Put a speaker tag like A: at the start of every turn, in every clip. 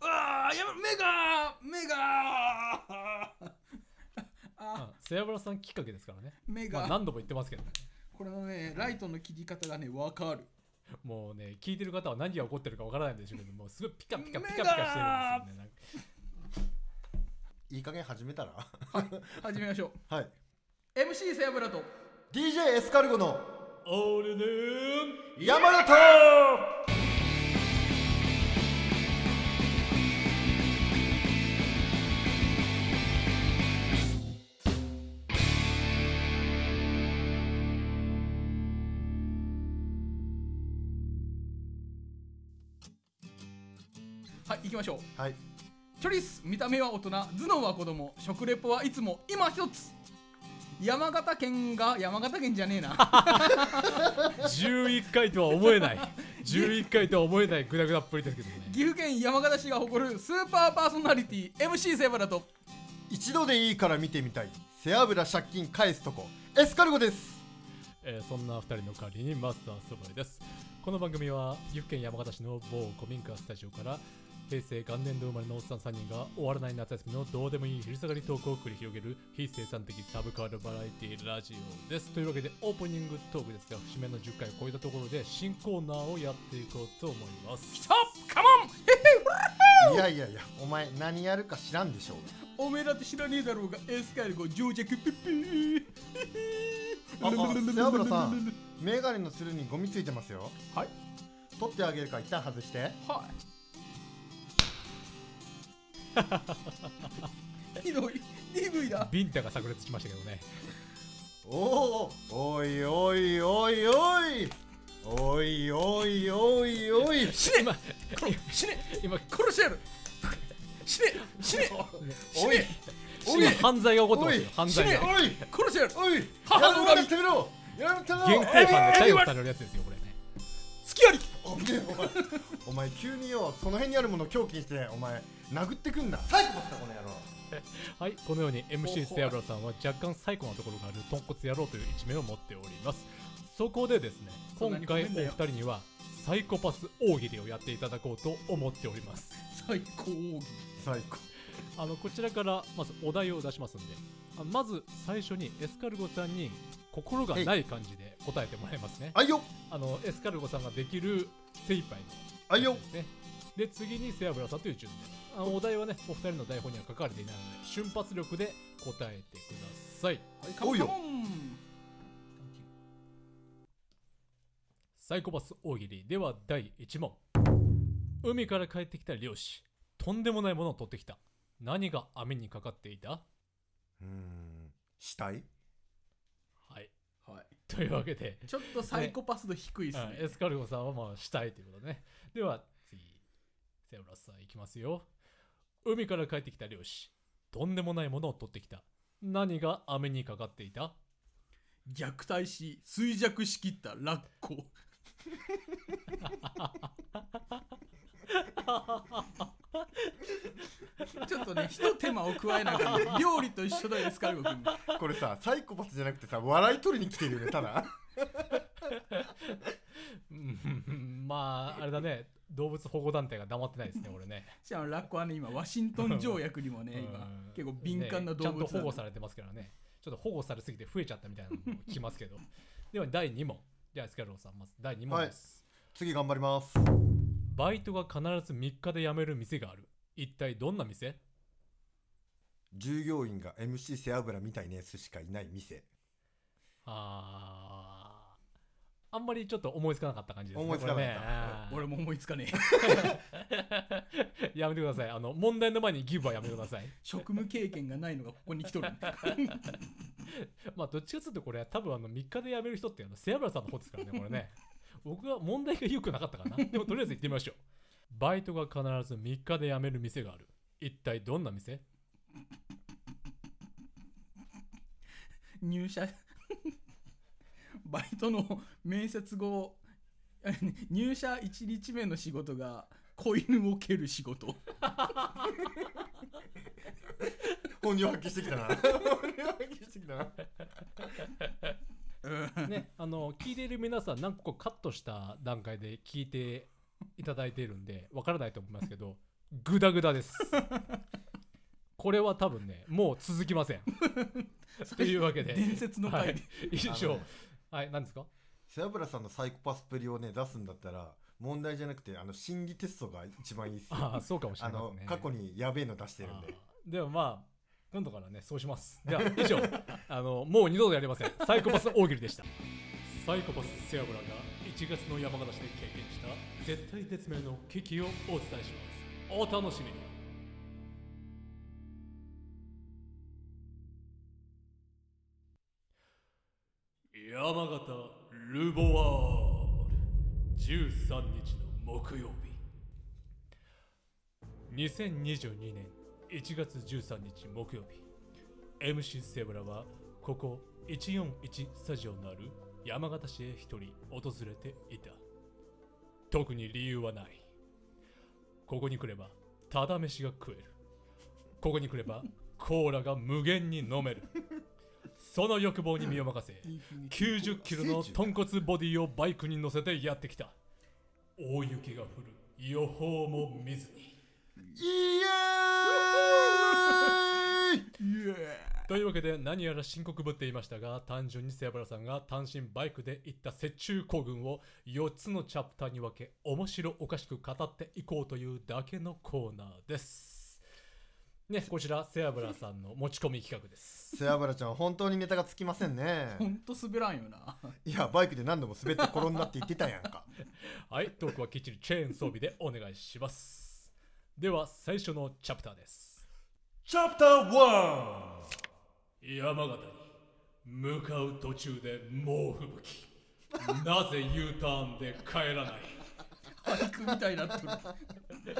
A: あーやばい目が目があ
B: あセアブラさんきっかけですからね、
A: 目
B: まあ、
A: が、
B: 何度も言ってますけどね
A: これのねライトの切り方がねわかる
B: もうね聞いてる方は何が起こってるかわからないでしょうけどもうすごいピカピカピカピカしてるんですよねなんか
C: いい加減始めたら
A: 始めましょう
C: はい
A: MC セアブラと
C: DJ エスカルゴの
B: 俺ね
C: 山田と
A: はい行きましょう
C: はい
A: チョリス見た目は大人頭脳は子供食レポはいつも今一つ山形県が山形県じゃねえ な
B: 11回とは思えない11回とは思えないグダグダっぷりですけどね
A: 岐阜県山形市が誇るスーパーパーソナリティ MC セアブラと
C: 一度でいいから見てみたい背脂借金返すとこエスカルゴです
B: えーそんな2人の代わりにマスターそばいですこの番組は岐阜県山形市の某古民家スタジオから平成元年度生まれのおっさん3人が終わらない夏休みのどうでもいい昼下がりトークを繰り広げる非生産的サブカルバラエティラジオですというわけでオープニングトークですが節目の10回を超えたところで新コーナーをやっていこうと思います
A: トップカモンへへ
C: いやいやいやお前何やるか知らんでしょう
A: おめえだって知らねえだろうがエスカルゴ情弱ピッピー
C: ああ背脂さんメガネのつるにゴミついてますよ
A: はい
C: 取ってあげるから一旦外して
A: はいひどい DV だ
B: ビンタが炸裂しましたけどね
C: おーおいおいおいおいおいおいおいおい
A: 死ね
B: 今
A: 死ね
B: 今ね
A: 殺してやる死ね死ね死
C: おい
A: ね
C: おい
B: 今犯罪が起こってます
C: おい
B: よ犯
C: 死
B: 罪
C: ね
B: が
C: おい
A: 殺してやる
C: おい
A: 母の恨み
C: やめてみろやめてみろ
B: 現行犯で逮捕されるやつですよこれね
A: 月あり
C: おめえお前お前急によその辺にあるものを狂気にしてお前殴ってくんなサイコパスだこの野郎
B: はい、このように MC セアブラさんは若干最高なところがある豚骨野郎という一面を持っておりますそこでですね
A: そん
B: 今
A: なに
B: 回お
A: ごめんだ
B: 二
A: よ
B: 人にはサイコパス大喜利をやっていただこうと思っております
A: 最高奥義
C: 最高
B: あのこちらからまずお題を出しますんであまず最初にエスカルゴさんに心がない感じで答えてもらいますね
C: あいよ
B: あのエスカルゴさんができる精一杯の
C: あいよ
B: ね、で次にセアブラさんという順であのお題はねお二人の台本には書かれていないので瞬発力で答えてください
A: はいカモ
C: お
A: ン
C: いよ
A: カモン
B: サイコパス大喜利では第1問海から帰ってきた漁師とんでもないものを取ってきた何が網にかかっていた
C: うーん死体
B: はい
A: はい
B: というわけで、
A: ちょっとサイコパス度低いっす
B: うん
A: ね
B: エスカルゴさんはまあしたいということねでは次セオラさんいきますよ海から帰ってきた漁師とんでもないものを取ってきた何が網にかかって いた
A: 虐待し衰弱しきったラッコちょっとねひと手間を加えながら料理と一緒だよエスカルゴ君
C: これさサイコパスじゃなくてさ笑い取りに来てるよねただ
B: うんまああれだね動物保護団体が黙ってないですね俺ね
A: しかもラッコはね今ワシントン条約にもね今
B: うん
A: 結構敏感な動物
B: ねちゃんと保護
A: ん
B: されてますからねちょっと保護されすぎて増えちゃったみたいなのも聞きますけど では第2問じゃあスキャローさんまず第2問です、
C: 次頑張ります
B: バイトが必ず3日で辞める店がある一体どんな店
C: 従業員が MC 背脂みたいなやつしかいない店
B: あーあんまりちょっと思いつかなかった感じですね
C: 思いつかなかった
A: 俺
B: も
A: も思いつかねえ
B: やめてくださいあの問題の前にギブはやめてください
A: 職務経験がないのがここに来とる
B: まあどっちかというとこれ多分あの3日で辞める人ってあの背脂さんの方ですからねこれ ね僕は問題が良くなかったかなでもとりあえず行ってみましょうバイトが必ず3日で辞める店がある一体どんな店
A: 入社 バイトの面接後 入社1日目の仕事が子犬を蹴る仕事
C: 本領発揮してきたな本領発揮してきたな
B: ねあの聞いている皆さん何個かカットした段階で聞いていただいているんでわからないと思いますけどグダグダですこれは多分ねもう続きま せんというわけで
A: 伝説の回で、
B: 以
C: あの
B: 上
C: ね
B: はい何ですか
C: 背脂さんのサイコパスプリをね出すんだったら問題じゃなくてあの心理テストが一番いいっすよ
B: ああそうかもしれ
C: あ
B: ない
C: の
B: ね
C: 過去にやべえの出してるんで
B: あーでもまあ今度からねそうしますでは以上 あのもう二度とやりませんサイコパス大喜利でしたサイコパス背脂が1月の山形市で経験した絶対絶命の危機をお伝えしますお楽しみに山形ルボワール13日の木曜日2022年1月13日木曜日 MC セブラはここ141スタジオのある山形市へ一人訪れていた特に理由はないここに来ればただ飯が食えるここに来ればコーラが無限に飲めるその欲望に身を任せ90キロの豚骨ボディをバイクに乗せてやってきた大雪が降る予報も見ずに
C: イエ ー イ
A: イエーイ
B: というわけで何やら深刻ぶっていましたが単純に背脂さんが単身バイクで行った雪中行軍を4つのチャプターに分け面白おかしく語っていこうというだけのコーナーですねこちら背脂さんの持ち込み企画です
C: 背脂ちゃんは本当にネタがつきませんね
A: ほんと滑らんよな。
C: いやバイクで何度も滑って転んだって言ってたやん か
B: はいトークはきっちりチェーン装備でお願いしますでは最初のチャプターです
C: チャプター 1!
B: 山形に向かう途中で猛吹雪なぜ U ターンで帰らない
A: 俳句みたいになってる。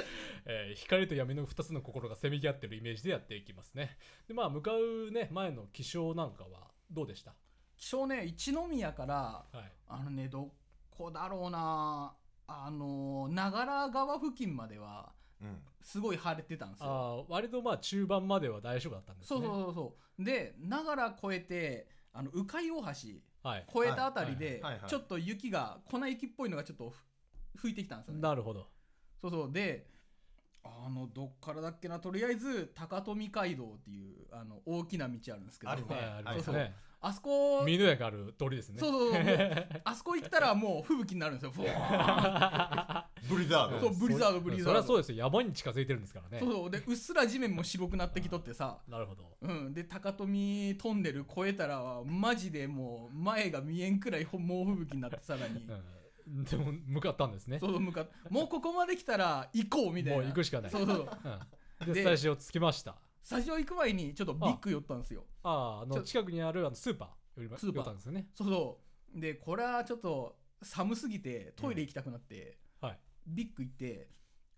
B: えー光と闇の2つの心がせめぎ合ってるイメージでやっていきますね。でまあ向かうね前の気象なんかはどうでした
A: 気象ね、一宮から、
B: はい。
A: あのね、どこだろうな。あの、長良川付近までは、
C: うん
A: すごい晴れてたんです
B: あ
A: よ。
B: あー割とまあ中盤までは大丈夫だったんです
A: そ
B: ね。
A: うそうそうそう。で、長良越えて、あの、鵜飼大橋、越
B: はい。
A: えたあたりで
C: はいはいはいは、い
A: ちょっと雪が、粉雪っぽいのがちょっとふ吹いてきたんですよね。
B: なるほど。
A: そうそう。で、あの、どっからだっけな、とりあえず、高富街道っていう、あの、大きな道あるんですけど、
C: ある
B: は
C: ね
B: い、あります
A: は
B: ね。
A: あそこ、
B: 美濃やがある通りですね。
A: そうそうそうも うあそこ行ったらもう吹雪になるんですよ。ふわ
C: ブリザ ー
A: そ
C: ド
A: うブリザードブリザード
B: そりゃそうですよ。山に近づいてるんですから
A: ー
B: ね
A: そう。そうでうっすら地面も白くなってきとってさ。
B: なるほど。
A: うん、で高富トンネル越えたらマジでもう前が見えんくらいほ猛吹雪になってさらに
B: うん、でも向かったんですね。
A: そうそう向かってもうここまで来たら行こうみたいな
B: もう行くしかない
A: そうそうそう
B: うんで
A: で
B: スタジオ着きました。
A: スタジオ行く前にちょっとビッグ寄ったんですよ
B: あーあ
A: ち
B: の
A: ょ
B: 近くにあるあのスーパーよりも
A: スーパー
B: 寄ったんですよね。
A: そうそうでこれはちょっと寒すぎてトイレ行きたくなって、
B: はい
A: ビッグ行って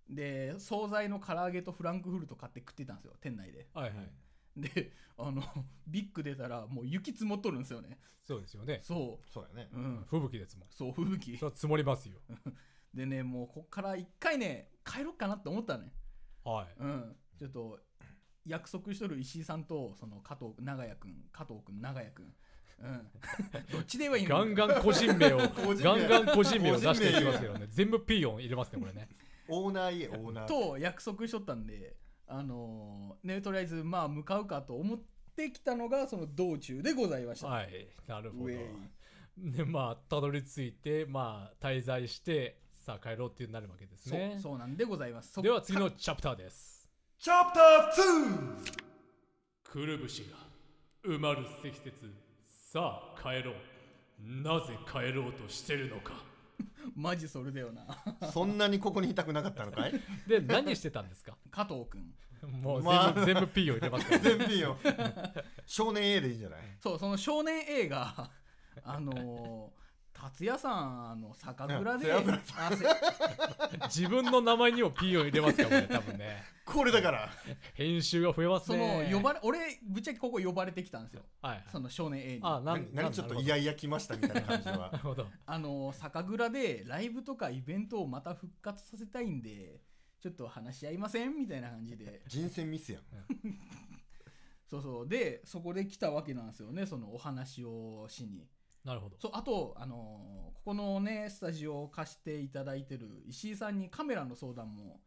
A: で惣菜の唐揚げとフランクフルト買って食ってたんですよ店内で
B: はいはい。
A: であのビッグ出たらもう雪積もっとるんですよね
B: そうですよね。
A: そ
C: そうやね
A: ううん
B: 吹雪ですもん。
A: そう吹雪
B: それは積もりますよ。
A: でねもうこっから一回ね帰ろっかなって思ったね
B: はい。
A: うんちょっと約束しとる石井さんとその加藤長也くん加藤くん長也くんうん どっちで言えばいいの
B: ガンガン個人名を、
C: 個人名
B: ガンガン個人名を出していきますけどね。全部ピーヨン入れますね、こ れね。
C: オーナー家オーナー
A: と約束しとったんであのーねとりあえずまあ向かうかと思ってきたのがその道中でございました、
B: はい、なるほ
A: ウ
B: ど。
A: ェイ
B: で、まあ、たどり着いて、まあ、滞在して、さあ帰ろうってなるわけですね。
A: そうそうなんでございますそっ
B: では次のチャプターです。
C: チャプター 2!
B: くるぶしが埋まる積雪。さあ帰ろう。なぜ帰ろうとしてるのか。
A: マジそれだよな
C: そんなにここにいたくなかったのかい
B: で、何してたんですか
A: 加藤くん
B: もう全部、
C: まあ
B: 全部ピーヨン入れますからね。
C: 全然よ少年 A でいいんじゃない
A: そうその少年 A が あのー達也さんあの酒蔵で
C: うん酒蔵
A: あせ
B: 自分の名前にもピーヨン入れますからね、多分ね。
C: これだから
B: 編集が増えます
A: そ
B: ね
A: の。呼ばれ俺ぶっちゃけここ呼ばれてきたんですよ
B: はいはい。
A: その少年 A に
B: あ、
A: あ
B: なん
C: 何
B: なん
C: ちょっ
B: な
C: と
B: るほど
C: いやいや来ましたみたいな感じは
B: なるほど。
A: のー酒蔵でライブとかイベントをまた復活させたいんでちょっと話し合いませんみたいな感じで
C: 人選ミスやん
A: そうそうでそこで来たわけなんですよねそのお話をしに
B: なるほど。
A: そうあとあのーここのねスタジオを貸していただいてる石井さんにカメラの相談も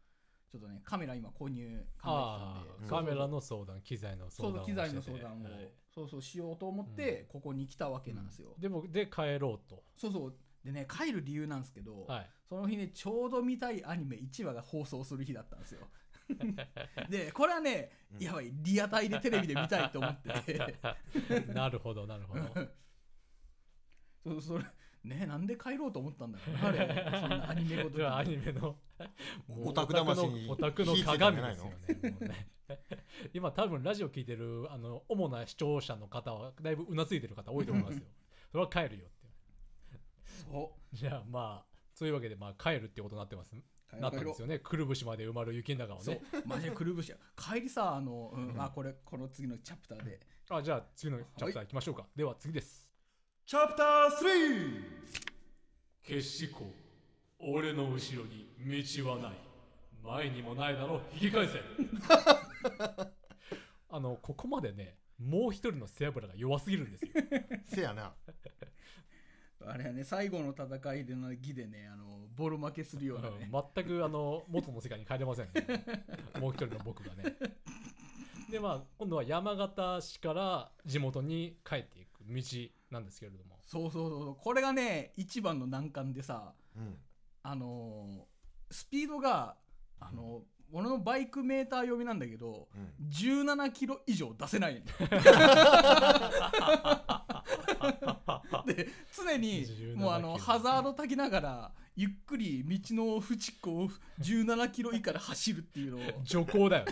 A: ちょっとねカメラ今購入考
B: あ
A: えてたん
B: あ
A: で
B: カメラ
A: の
B: の相談機材の
A: そ
B: 相
A: うそ
B: 談
A: う機材の相談を、
B: はい
A: そうそうしようと思ってここに来たわけなんですよ、
B: でもで帰ろうと
A: そうそうでね帰る理由なんですけど、
B: はい
A: その日ねちょうど見たいアニメ1話が放送する日だったんですよ でこれはね
C: うん
A: やばいリアタイでテレビで見たいと思ってて
B: なるほどなるほど
A: そうそれねなんで帰ろうと思ったんだろうねあれそんなアニメごと
B: で
A: に
B: はアニメのもう
C: オタク魂に
B: オタクのオ
C: 火つい
B: タクの
C: た
B: 鏡で
C: んじゃない
B: す
C: の
B: よねもうね 今多分ラジオ聞いてるあの主な視聴者の方はだいぶうなずいてる方多いと思い ますよそれは帰るよって
A: そ
B: じゃあまあそういうわけでまあ帰るってことになってます
A: う帰ろ
B: な
A: う
B: った
A: 帰
B: ん
A: ろ
B: で
A: う
B: すよねくるぶしまで埋まる雪の中を
A: そう
B: ね
A: マジでくるぶしや帰りさあの、うん
B: うん
A: あこれこの次のチャプターで
B: あじゃあ次のチャプター行きましょうか、では次です
C: チャプター 3!
B: 決しこ俺の後ろに道はない前にもないだろ引き返せ あのここまでねもう一人の背脂が弱すぎるんですよ
C: せやな。
A: あれはね最後の戦いでの儀でねあのボロ負けするようなね、
B: うん全くあの元の世界に帰れませんね もう一人の僕がねでまあ今度は山形市から地元に帰っていく道なんですけれども
A: そうそうそうそうこれがね一番の難関でさ
C: うん。
A: あのースピードが、あのー俺のバイクメーター読みなんだけど
C: うん。
A: 17キロ以上出せ ないので常に
B: 17
A: もうあの
B: キロ
A: ハザード焚きながらゆっくり道の淵っこを17キロ以下で走るっていうのを
B: 徐行だよね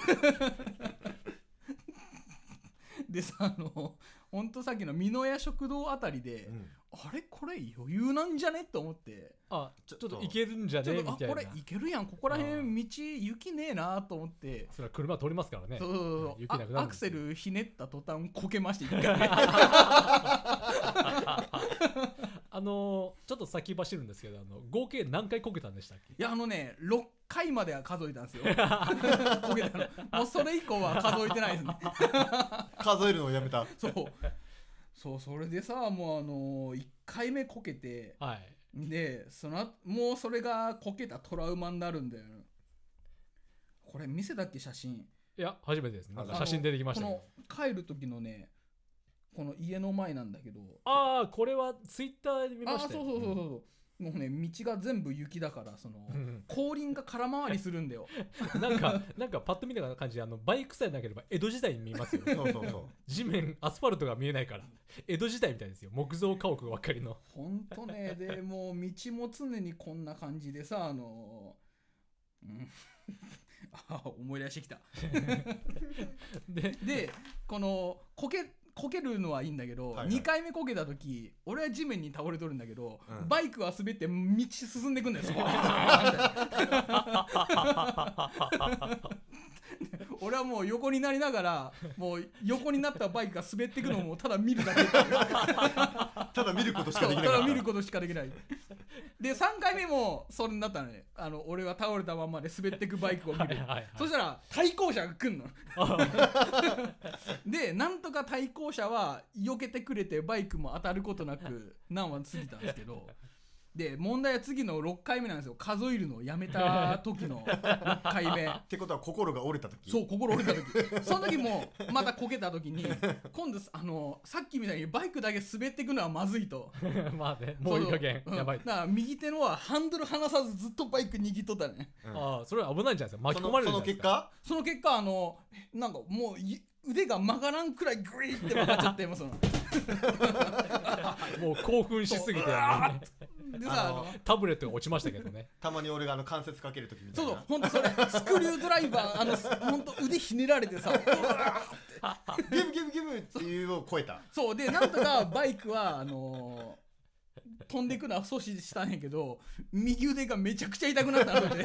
A: でさあのほんとさっきの美濃屋食堂あたりで、
C: うん
A: あれこれ余裕なんじゃねと思って
B: あちょ
C: ち
B: っ
C: ょ
B: と
C: っと
B: 行けるんじゃ
A: ちょ
B: ね
A: っ
B: えみ
A: とあ
B: たい
A: こ
B: な
A: れいけるやんここら
B: う
A: 辺
B: ん
A: 道雪ねえなと思って
B: それは車通りますからね
A: そうそうそう
B: 雪なくなるんですよ
A: あアクセルひねった途端こけまして一回ね
B: あのーちょっと先走るんですけどあの合計何回こけたんでしたっけ
A: いやあのね6回までは数えたんで すよこけたのもうそれ以降は数えてないですね
C: 数えるのをやめた。
A: そうそうそれでさもうあの1回目こけて
B: はい
A: でその後もうそれがこけたトラウマになるんだよこれ見せたっけ写真
B: いや初めてですなんか
A: あの
B: 写真出てきましたけど
A: この帰る時のねこの家の前なんだけど
B: ああこれはツイッターで見
A: あ
B: ま
A: あ
B: し
A: そう
B: たよ
A: そうそうそうそう、もうね道が全部雪だからその
B: うん
A: 後輪が空回りするんだよ
B: なんかなんかパッと見た感じあのバイクさえなければ江戸時代に見えますよ
C: そうそうそ
B: 地面アスファルトが見えないから江戸時代みたいですよ木造家屋ばっかりの
A: ほんと ねでもう道も常にこんな感じでさあのうん あ思い出して きた
B: で
A: でこのこけこけるのはいいんだけど、
C: はいはい
A: 2回目こけた時俺は地面に倒れとるんだけど、
C: うん
A: バイクは滑って道進んでくんだよそ こ俺はもう横になりながらもう横になったバイクが滑ってくのをもうただ見るだけ
C: う。ただ見ることし
A: そ
C: か
A: う
C: でき
A: た
C: なかっ
A: だ
C: た。
A: 見ることしかできないで3回目もそれになったのねあの俺は倒れたまんまで滑ってくバイクを見
B: はい
A: る
B: はいはい
A: そしたら対向車が来んのでなんとか対向車は避けてくれてバイクも当たることなく難は過ぎたんですけどで問題は次の6回目なんですよ数えるのをやめた時の6回目
C: ってことは心が折れた時。
A: そう心折れた時その時もまたこけた時に今度あのさっきみたいにバイクだけ滑っていくのはまずいと
B: まあねもういい加減
A: そのうん
B: やばい、
A: だから右手のはハンドル離さずずっとバイク握っとったね
C: うん
B: ああそれは危ないんじゃないですか巻き込
C: そ
B: まれ
C: の
B: る
C: そ
B: んじゃないです
C: の結
B: か
C: 果
A: その結果あのなんかもうい腕が曲がらんくらいグリーって曲がっちゃってもうその
B: もう興奮しす ぎて、ね、
A: でさあ
C: あの
A: の
B: タブレットが落ちましたけどね
C: たまに俺があの関節かける時みた
A: そ
C: いうな。
A: そう、ほんとそれ、スクリュードライバー、あの、すほんと腕ひねられてさ、うわー
C: ゲームゲームゲームっていうのを超 えた。
A: そう、で、なんとかバイクは、あのー飛んでいくのは阻止したんやけど、右腕がめちゃくちゃ痛くなったので、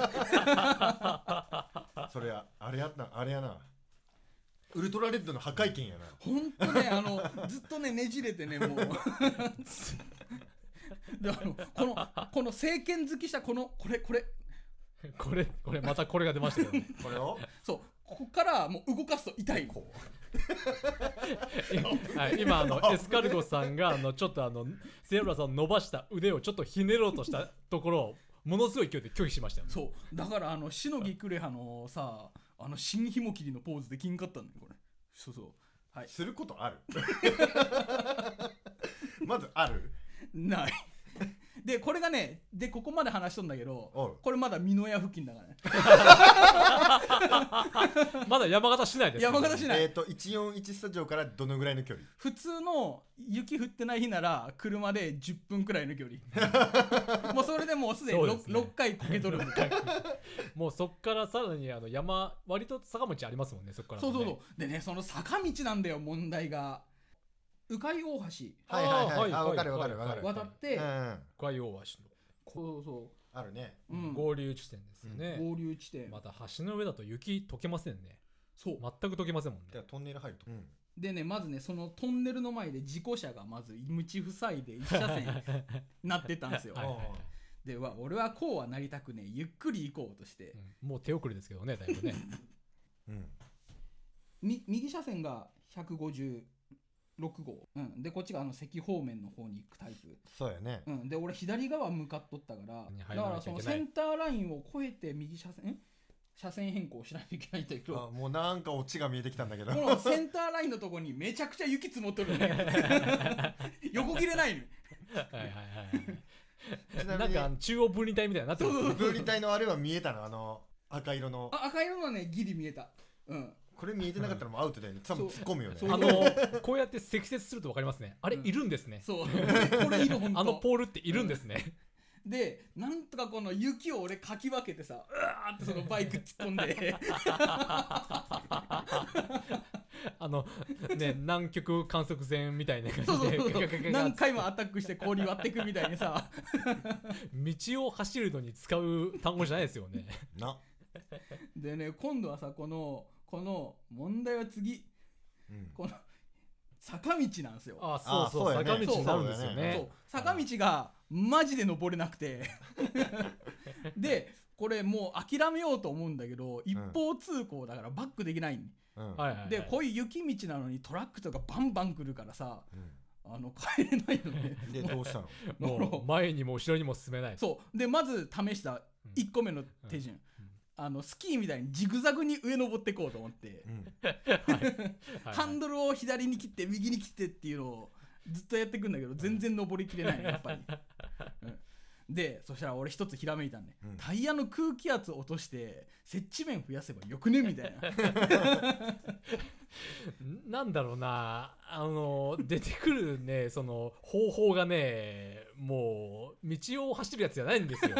C: それや、あれやな、あれやな。ウルトラレッドの破壊剣やな。
A: ほんとね、あの、ずっとね、ねじれてね、もう。であのこのこの政権好きしたこのこれこれ
B: これこれまたこれが出ましたけ どね
C: これを
A: そうここからもう動かすと痛い
B: はい、今あのエスカルゴさんがあのちょっとあのセイブラさんを伸ばした腕をちょっとひねろうとしたところをものすごい勢いで拒否しましたよね
A: そうだからあのしのぎくれはのさあの新ひも切りのポーズできんかったんだよこれそうそうはい
C: することある まずある
A: ないでこれがねでここまで話しとんだけ
C: おい
A: どこれまだ美濃屋付近だからね
B: まだ山形市内です
A: 山形市
B: 内
A: 内
C: えっ、と141スタジオからどのぐらいの距離
A: 普通の雪降ってない日なら車で10分くらいの距離 もうそれでもうすでに
B: そう
A: 6,
B: ですね
A: 回こけとるもんそう
B: もうそっからさらにあの山割と坂道ありますもんねそっから
A: そう
B: もね
A: そうでねその坂道なんだよ問題が鵜飼大
B: あ
C: はいはいはい
B: ー
C: あわかるわかるわかる
A: 橋渡って、
C: うんあ
B: 深い大橋
A: こうそ
C: るね
A: う、うん、
B: の合流地点ですよね、
A: 合流地点、
B: また橋の上だと雪溶けませんね
A: そう
B: 全く溶けませんもん
C: じゃ
B: ね
C: あトンネル入ると、うん
A: でねまずねそのトンネルの前で事故車がまず道塞いで一車線なってたんですよ、
B: はいはいはい
A: でわ俺はこうはなりたくねえゆっくり行こうとして、
B: うんもう手遅れですけどねだいぶね
C: うん
A: み右車線が156号、うん、でこっちがあの関方面の方に行くタイプ、
C: そうやね
A: うん、で俺左側向かっとったから
B: に入
A: だからら
B: なき
A: そ
B: ゃいけない
A: のセンターラインを越えて右車線ん車線変更しないといけないんだけ
C: あ
A: ど
C: もうなんかオチが見えてきたんだけど
A: このセンターラインのとこにめちゃくちゃ雪積もってるのね 横切れないの
B: はいはいはい
C: ち
B: は
C: な
B: なん
C: いみに
B: かあの中央分離帯みたいになってますね
C: 分離帯のあれは見えたのあの赤色の
A: あ赤色のはねギリ見えたうん
C: これ見えてなかったらもうアウトだよね多分突っ込むよね
A: そう
B: あのこうやって積雪すると分かりますねあれ
A: うん
B: いるんですね、
A: そうこれいる本当
B: あのポールっているんですね、
A: でなんとかこの雪を俺かき分けてさうわーってそのバイク突っ込んで
B: あのね南極観測船みたいな
A: そ
B: 感
A: うそ
B: じ
A: う
B: で
A: そう
B: ガガガガガ
A: 何回もアタックして氷割ってくみたいにさ
B: 道を走るのに使う単語じゃないですよね
C: な、
A: でね今度はさこのこの問題は次
C: うん
A: この坂道なんですよ
B: あそうそう
C: あそうや
B: 坂
C: ね
B: 道になるんですよ
C: そうだ
A: そう
B: ね
A: 坂道がマジで登れなくてでこれもう諦めようと思うんだけど一方通行だからバックできない、
C: うん
B: はいはいはい
A: でこういう雪道なのにトラックとかバンバン来るからさ
C: う
A: あの帰れないのね
C: んでどうしたの
B: もう前にも後ろにも進 めない
A: そうでまず試した
B: うん
A: 1個目の手順、
B: うん
A: あのスキーみたいにジグザグに上登っていこうと思って、
C: うん
B: はい
A: ハンドルを左に切って右に切ってっていうのをずっとやってくんだけど全然登りきれないのやっ ぱり、うんでそしたら俺一つひらめいたんで、
C: うん
A: タイヤの空気圧を落として接地面増やせばよくねみたい な
B: なんだろうなあの出てくるねその方法がねもう道を走るやつじゃないんですよ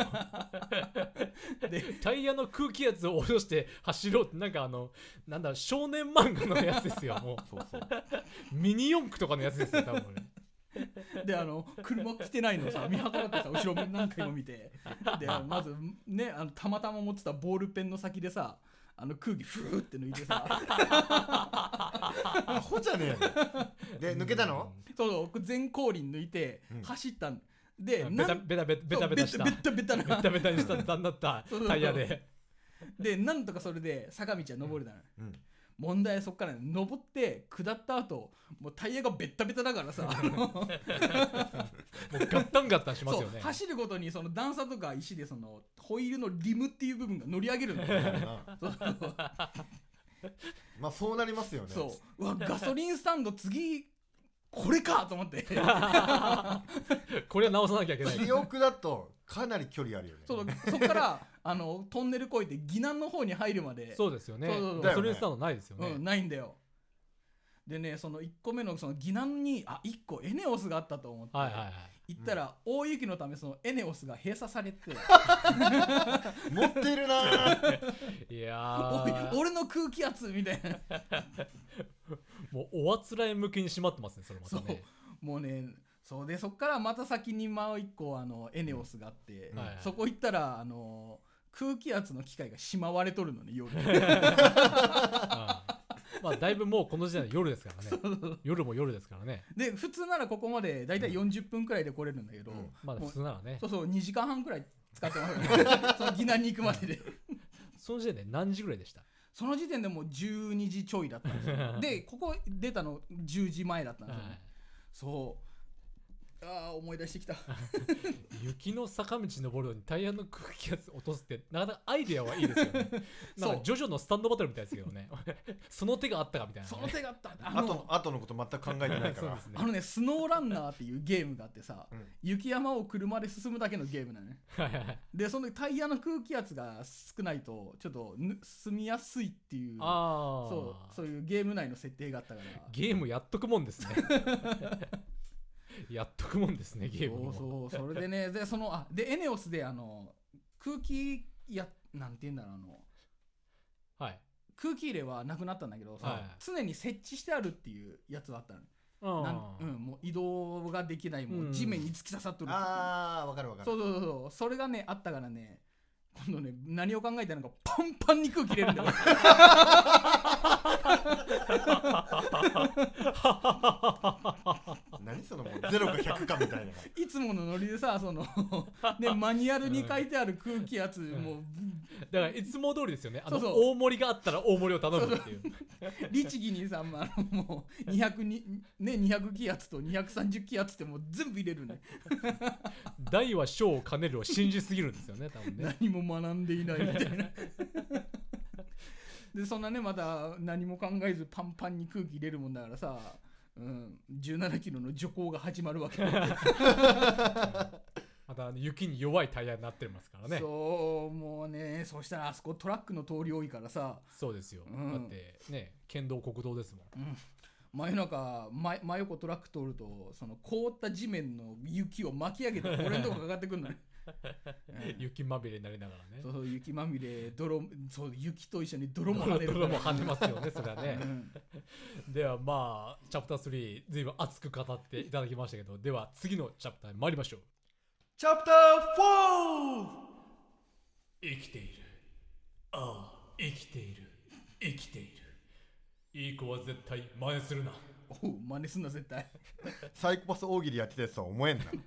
A: で
B: タイヤの空気圧を落として走ろうってなんかあのなんだろう少年漫画のやつですよ も
C: そうそう
B: うミニ四駆とかのやつですよ多分
A: であの車来てないのさ見計らってさ後ろ何回も見てでまずねあのたまたま持ってたボールペンの先でさあの空気ふーって抜いて さ
C: アホじゃねえので抜けたの
A: そうそう全後輪抜いて
C: うん
A: 走ったんで、
B: ベ
A: な
B: タ
A: ん
B: ベタベタベタベタした
A: ベ
B: ベ
A: タベタベタな
B: タベタにしただんだった
A: そうそうそう
B: タイヤで
A: でなんとかそれで坂道は登れたの、
C: うん
A: 問題はそっからね登って下った後もうタイヤがベッタベタだから さあの
B: もうガッタンガッタンします
A: そう
B: よね
A: 走るごとにその段差とか石でそのホイールのリムっていう部分が乗り上げるの そうそう
C: まあそうなりますよね
A: そううわガソリンスタンド次これかと思って
B: これは直さなきゃいけない
C: 記憶だとかなり距離あるよね
A: そうそっからあのトンネル越えて岐南の方に入るまで
B: そうですよね
A: そうそうそう
B: ガソリンスタンドないですよね
A: うん、ないんだよでねその1個目のその岐南にあ1個エネオスがあったと思って、
B: はいはいはい
A: 行ったら、大雪のためそのエネオスが閉鎖されて
C: 持ってるなー
B: いや
A: おい
B: ー
A: 俺の空気圧みたいな
B: もうおあつらえ向きにしまってますねそれまたね
A: もうねそうでそっからまた先にもう1個あのエネオスがあって、
B: はいはい
A: そこ行ったらあの空気圧の機械がしまわれとるのね 夜
B: うんまあだいぶもうこの時代の夜ですからね夜も夜ですからね
A: で普通ならここまで大体40分くらいで来れるんだけど、
C: うん
B: まあ普通ならね
A: そうそう2時間半くらい使ってます よねその岐南に行くまでで
B: その時点で何時ぐらいでした
A: その時点でもう12時ちょいだったんですよでここ出たの10時前だったんですよね、
B: はい
A: そうあー思い出してきた
B: 雪の坂道登るのにタイヤの空気圧落とすってなかなかアイデアはい いですよね
A: そう
B: なんかジョジョのスタンドバトルみたいですけどね その手があったかみたいな
A: そ
B: ね、
A: の手があったあ
C: あと
A: の
C: 後のこと全く考えてないか
B: そう
C: ら
B: です
A: あ
B: ね
A: のねスノーランナーっていうゲームがあってさ、
C: うん
A: 雪山を車で進むだけのゲームなのね
B: はいはいはい
A: でそのタイヤの空気圧が少ないとちょっとぬ進みやすいっていう
B: ああ
A: そうそういうゲーム内の設定があったから
B: ゲームやっとくもん ですねやっとくもんですねゲームも
A: そうそうそれでねでそのあでエネオスであの空気やなんて言うんだろうあの
B: はい
A: 空気入れはなくなったんだけど、その
B: はい
A: 常に設置してあるっていうやつはあったのなん
B: あ
A: うん、もう移動ができないも
B: うん
A: う地面に突き刺さっとるっていう
C: ああわかるわかる
A: そうそうそうそうそれがねあったからね今度ね何を考えたのかパンパンに空気入れるんだよ
C: 何そのもうゼロか100かみたいない
A: つものノリでさその、ね、マニュアルに書いてある空気圧、
B: ん
A: もう
B: だからいつも通りですよねあの
A: そうそう
B: 大盛りがあったら大盛りを頼むっていう
A: 律儀にさ、まあ、あのもう200に、ね、200気圧と230気圧ってもう全部入れるね
B: 大は小を兼ねるを信じすぎるんですよね多分ね
A: 何も学んでいないみたいなでそんなねまた何も考えずパンパンに空気入れるもんだからさ、うん、17キロの徐行が始まるわけだか
B: またあの雪に弱いタイヤになってますから
A: ら
B: ね
A: そうもうねそうしたらあそこトラックの通り多いからさ
B: そうですよ、
A: うん
B: だってね県道国道ですもん
A: 真夜中真真横トラック通るとその凍った地面の雪を巻き上げて俺のとこかかってくんのね、うん
B: 雪まみれになりながら ね
A: そうそう雪まみれ泥そう雪と一緒に泥も跳ねるから
B: 泥も跳ねますよねそれはね
A: うん
B: ではまあチャプター3ずいぶん熱く語っていただきましたけどでは次のチャプターに参りましょう
C: チャプター
B: 生
C: 4!
B: きているああ生きている生きているいい子は絶対真似するな
A: おう真似すんな絶対
C: サイコパス大喜利やってたやつとは思えんな
B: 首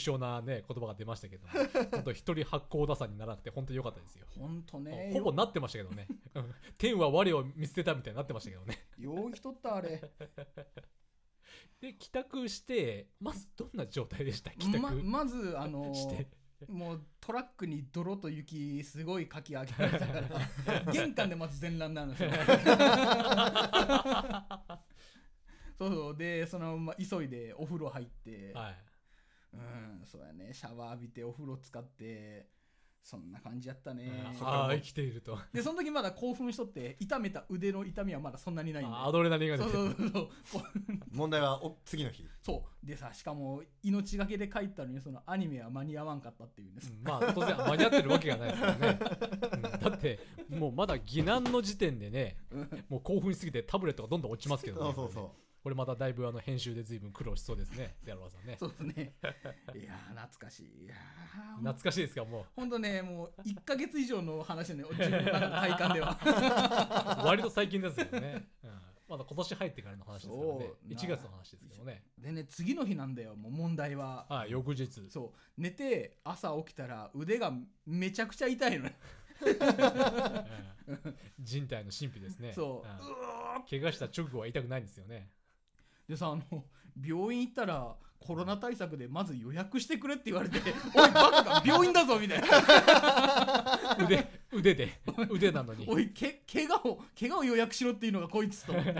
B: 相なね言葉が出ましたけども本当一人八甲田さんにならなくて本当に良かったですよ
A: ほんとね
B: ほぼなってましたけどねうん天は我を見捨てたみたいになってましたけどね
A: よよう生きとったあれ
B: で帰宅してまずどんな状態でした帰宅、
A: ままずあの
B: して
A: もうトラックに泥と雪すごいかき上げられたから玄関でまず全乱なんですよそうそうでそのまま急いでお風呂入って、
B: はい
A: うんそうやねシャワー浴びてお風呂使ってそんな感じやったね
C: そこから
B: あ
C: も
B: あ
C: う
B: 生きていると
A: でその時まだ興奮しとって痛めた腕の痛みはまだそんなにないんで
B: あアドレナリンが出
A: そう
B: て
A: そう
B: る
A: そうそうこう
C: 問題はお次の日
A: そうでさしかも命がけで書いたのにそのアニメは間に合わんかったっていうね、
B: うんまあ当然間に合ってるわけがないですからね、うんだってもうまだ疑難の時点でねもう興奮しすぎてタブレットがどんどん落ちますけどね
C: そうそ うそう
B: これまただいぶあの編集で随分苦労しそうですねゼロワさんね
A: そうですねいやー懐かしいいや
B: 懐かしいですかも
A: 本当ねもう1か月以上の話ね自分の中の体感で は
B: う割と最近ですよね、うんまだ今年入ってからの話ですからね
A: そう
B: 1月の話ですけどね
A: でね次の日なんだよもう問題は
B: ああ翌日
A: そう寝て朝起きたら腕がめちゃくちゃ痛いのね
B: うん 人体の神秘ですね
A: そう
B: うん怪我した直後は痛くないんですよね
A: でさあの病院行ったらコロナ対策でまず予約してくれって言われて 「おいバカか病院だぞ」みたいな
B: 腕 腕で腕な
A: 「
B: のに
A: おいけ 怪我を怪我を予約しろ」っていうのがこいつと思って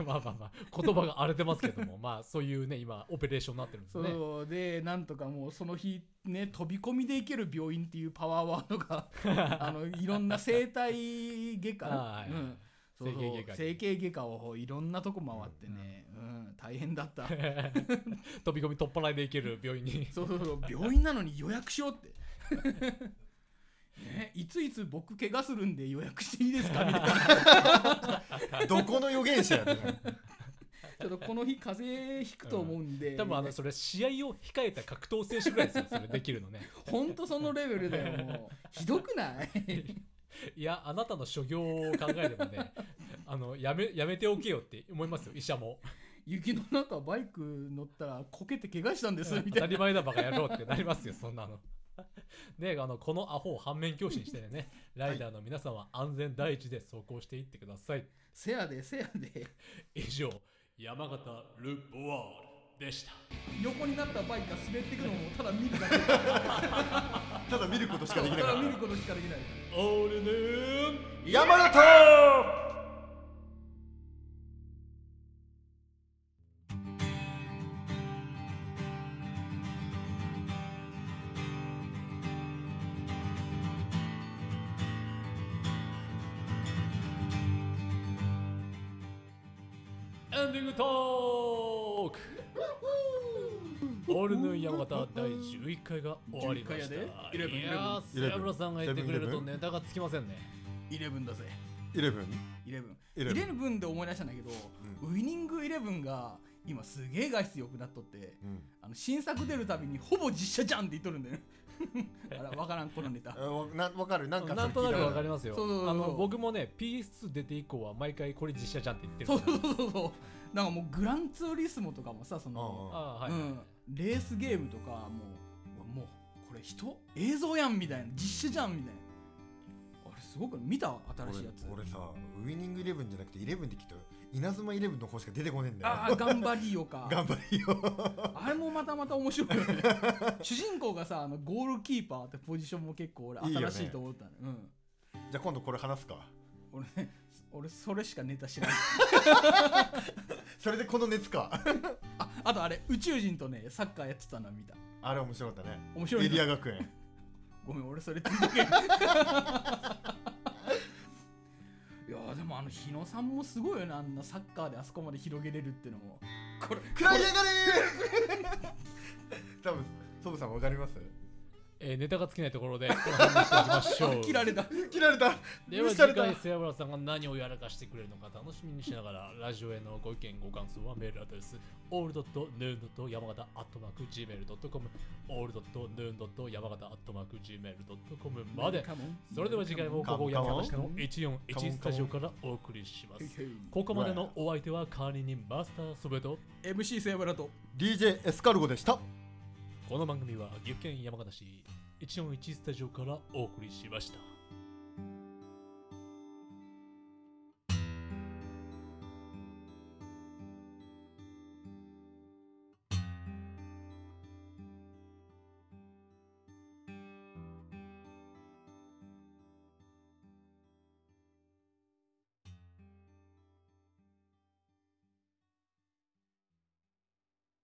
B: まあまあまあ言葉が荒れてますけどもまあそういうね今オペレーションになってるんです
A: そう、
B: ね
A: でなんとかもうその日ね飛び込みで行ける病院っていうパワーワード があのいろんな整体外科、
B: はいうはい
A: ん、そうそう
B: 整形外科に
A: 整形外科をいろんなとこ回ってね、うん大変だった
B: 飛び込み取っ払いでいける病院 に
A: そうそうそう病院なのに予約しようって。 ね、いついつ僕怪我するんで予約していいですかみた いな
C: どこの予言者やねん
A: ちょっとこの日風邪ひくと思うんで、
B: 多分あのそれ試合を控えた格闘選手ぐらいですよそれできるのね
A: ほんとそのレベルだよもうひどくない
B: いやあなたの所業を考えればねあのやめやめておけよって思いますよ医者も
A: 雪の中バイク乗ったらこけて怪我したんですみたいな
B: 当たり前だバカ野郎ってなりますよそんなの ねあのこのアホを反面教師にしてねライダーの皆さんは安全第一で走行していってください
A: せやでせやで
B: 以上山形ル・ボワーでした
A: 横になったバイクが滑ってくのもただ見るだけ
C: ただ見ることしかできない
A: た
C: か
A: だ
C: ら
A: 見ることしかできない
B: 俺ね
C: 山田と
B: エンディングトークオールヌーン山形第11回が終わりました
A: 11回やで
B: いやー
C: 11
B: セブラさんが言ってくれるとネタがつきませんね
A: 11だぜ
C: イレブン
A: 11
C: イレ
A: イ
C: ブ
A: レ
C: ン
A: ブンで思い出したんだけど、ウイニングイレブンが今すげえ画質良くなっとってあの新作出るたびにほぼ実写じゃんって言っとるんだよねあら分からんこのネタ
C: うんなわかるなんか
B: なんとなくわかり
C: ま
B: ますよ
A: そうそうそうそう
B: あの僕もね PS2 出て以降は毎回これ実写じゃんって言
A: そ
B: ってる
A: うそうそうそうなんかもうグランツーリスモとかもさその、
B: あー
A: う
B: はい、
A: ん、レースゲームとかもうもうこれ人映像やんみたいな実写じゃんみたいなあれすごく見た新しいやつ
C: 俺俺さウイニングイレブンじゃなくてイレブンできた稲妻イレブンの方しか出てこねえんだよ
A: ああ頑張りよか
C: 頑張りよ
A: あれもまたまた面白いよね 主人公がさあのゴールキーパーってポジションも結構俺
C: いいよね
A: 新しいと思ったねうん
C: じゃあ今度これ話すか
A: 俺ね俺それしかネタ知らない
C: それでこの熱か
A: ああとあれ宇宙人とねサッカーやってたの見た
C: あれ面白かったね
A: 面白い
C: エ
A: な
C: リア学園
A: ごめん俺それついてけいやーでもあの日野さんもすごいよねあんなサッカーであそこまで広げれるってのもこれ
C: 暗い上がれー 多分トムさんわかります
B: えーネタが尽きないとこ ろでこの辺にしておきましょう
A: 切られた
C: 切られた
B: では
C: 無視さ
B: 次
C: れた
B: 回、セアブラさんが何をやらかしてくれるのか楽しみにしながら、ラジオへのご意見、ご感想はメールアドレス、オールドットヌーンドット山形アットマーク Gmail.com、オールドットヌーンドット山形アットマーク Gmail.com まで。
A: カモン
B: それでは次回も
C: カ
B: こ
C: モ
B: こ
C: ン
B: 山形
A: カモ
B: の
A: ン
B: 141スタジオからお送りしま
A: へい
B: す。
A: へい
B: ここまでのお相手はカーニにマスターソベト。
A: MC セーブラと
C: DJ エスカルゴでした
B: この番組は岐阜県山形市141スタジオからお送りしました。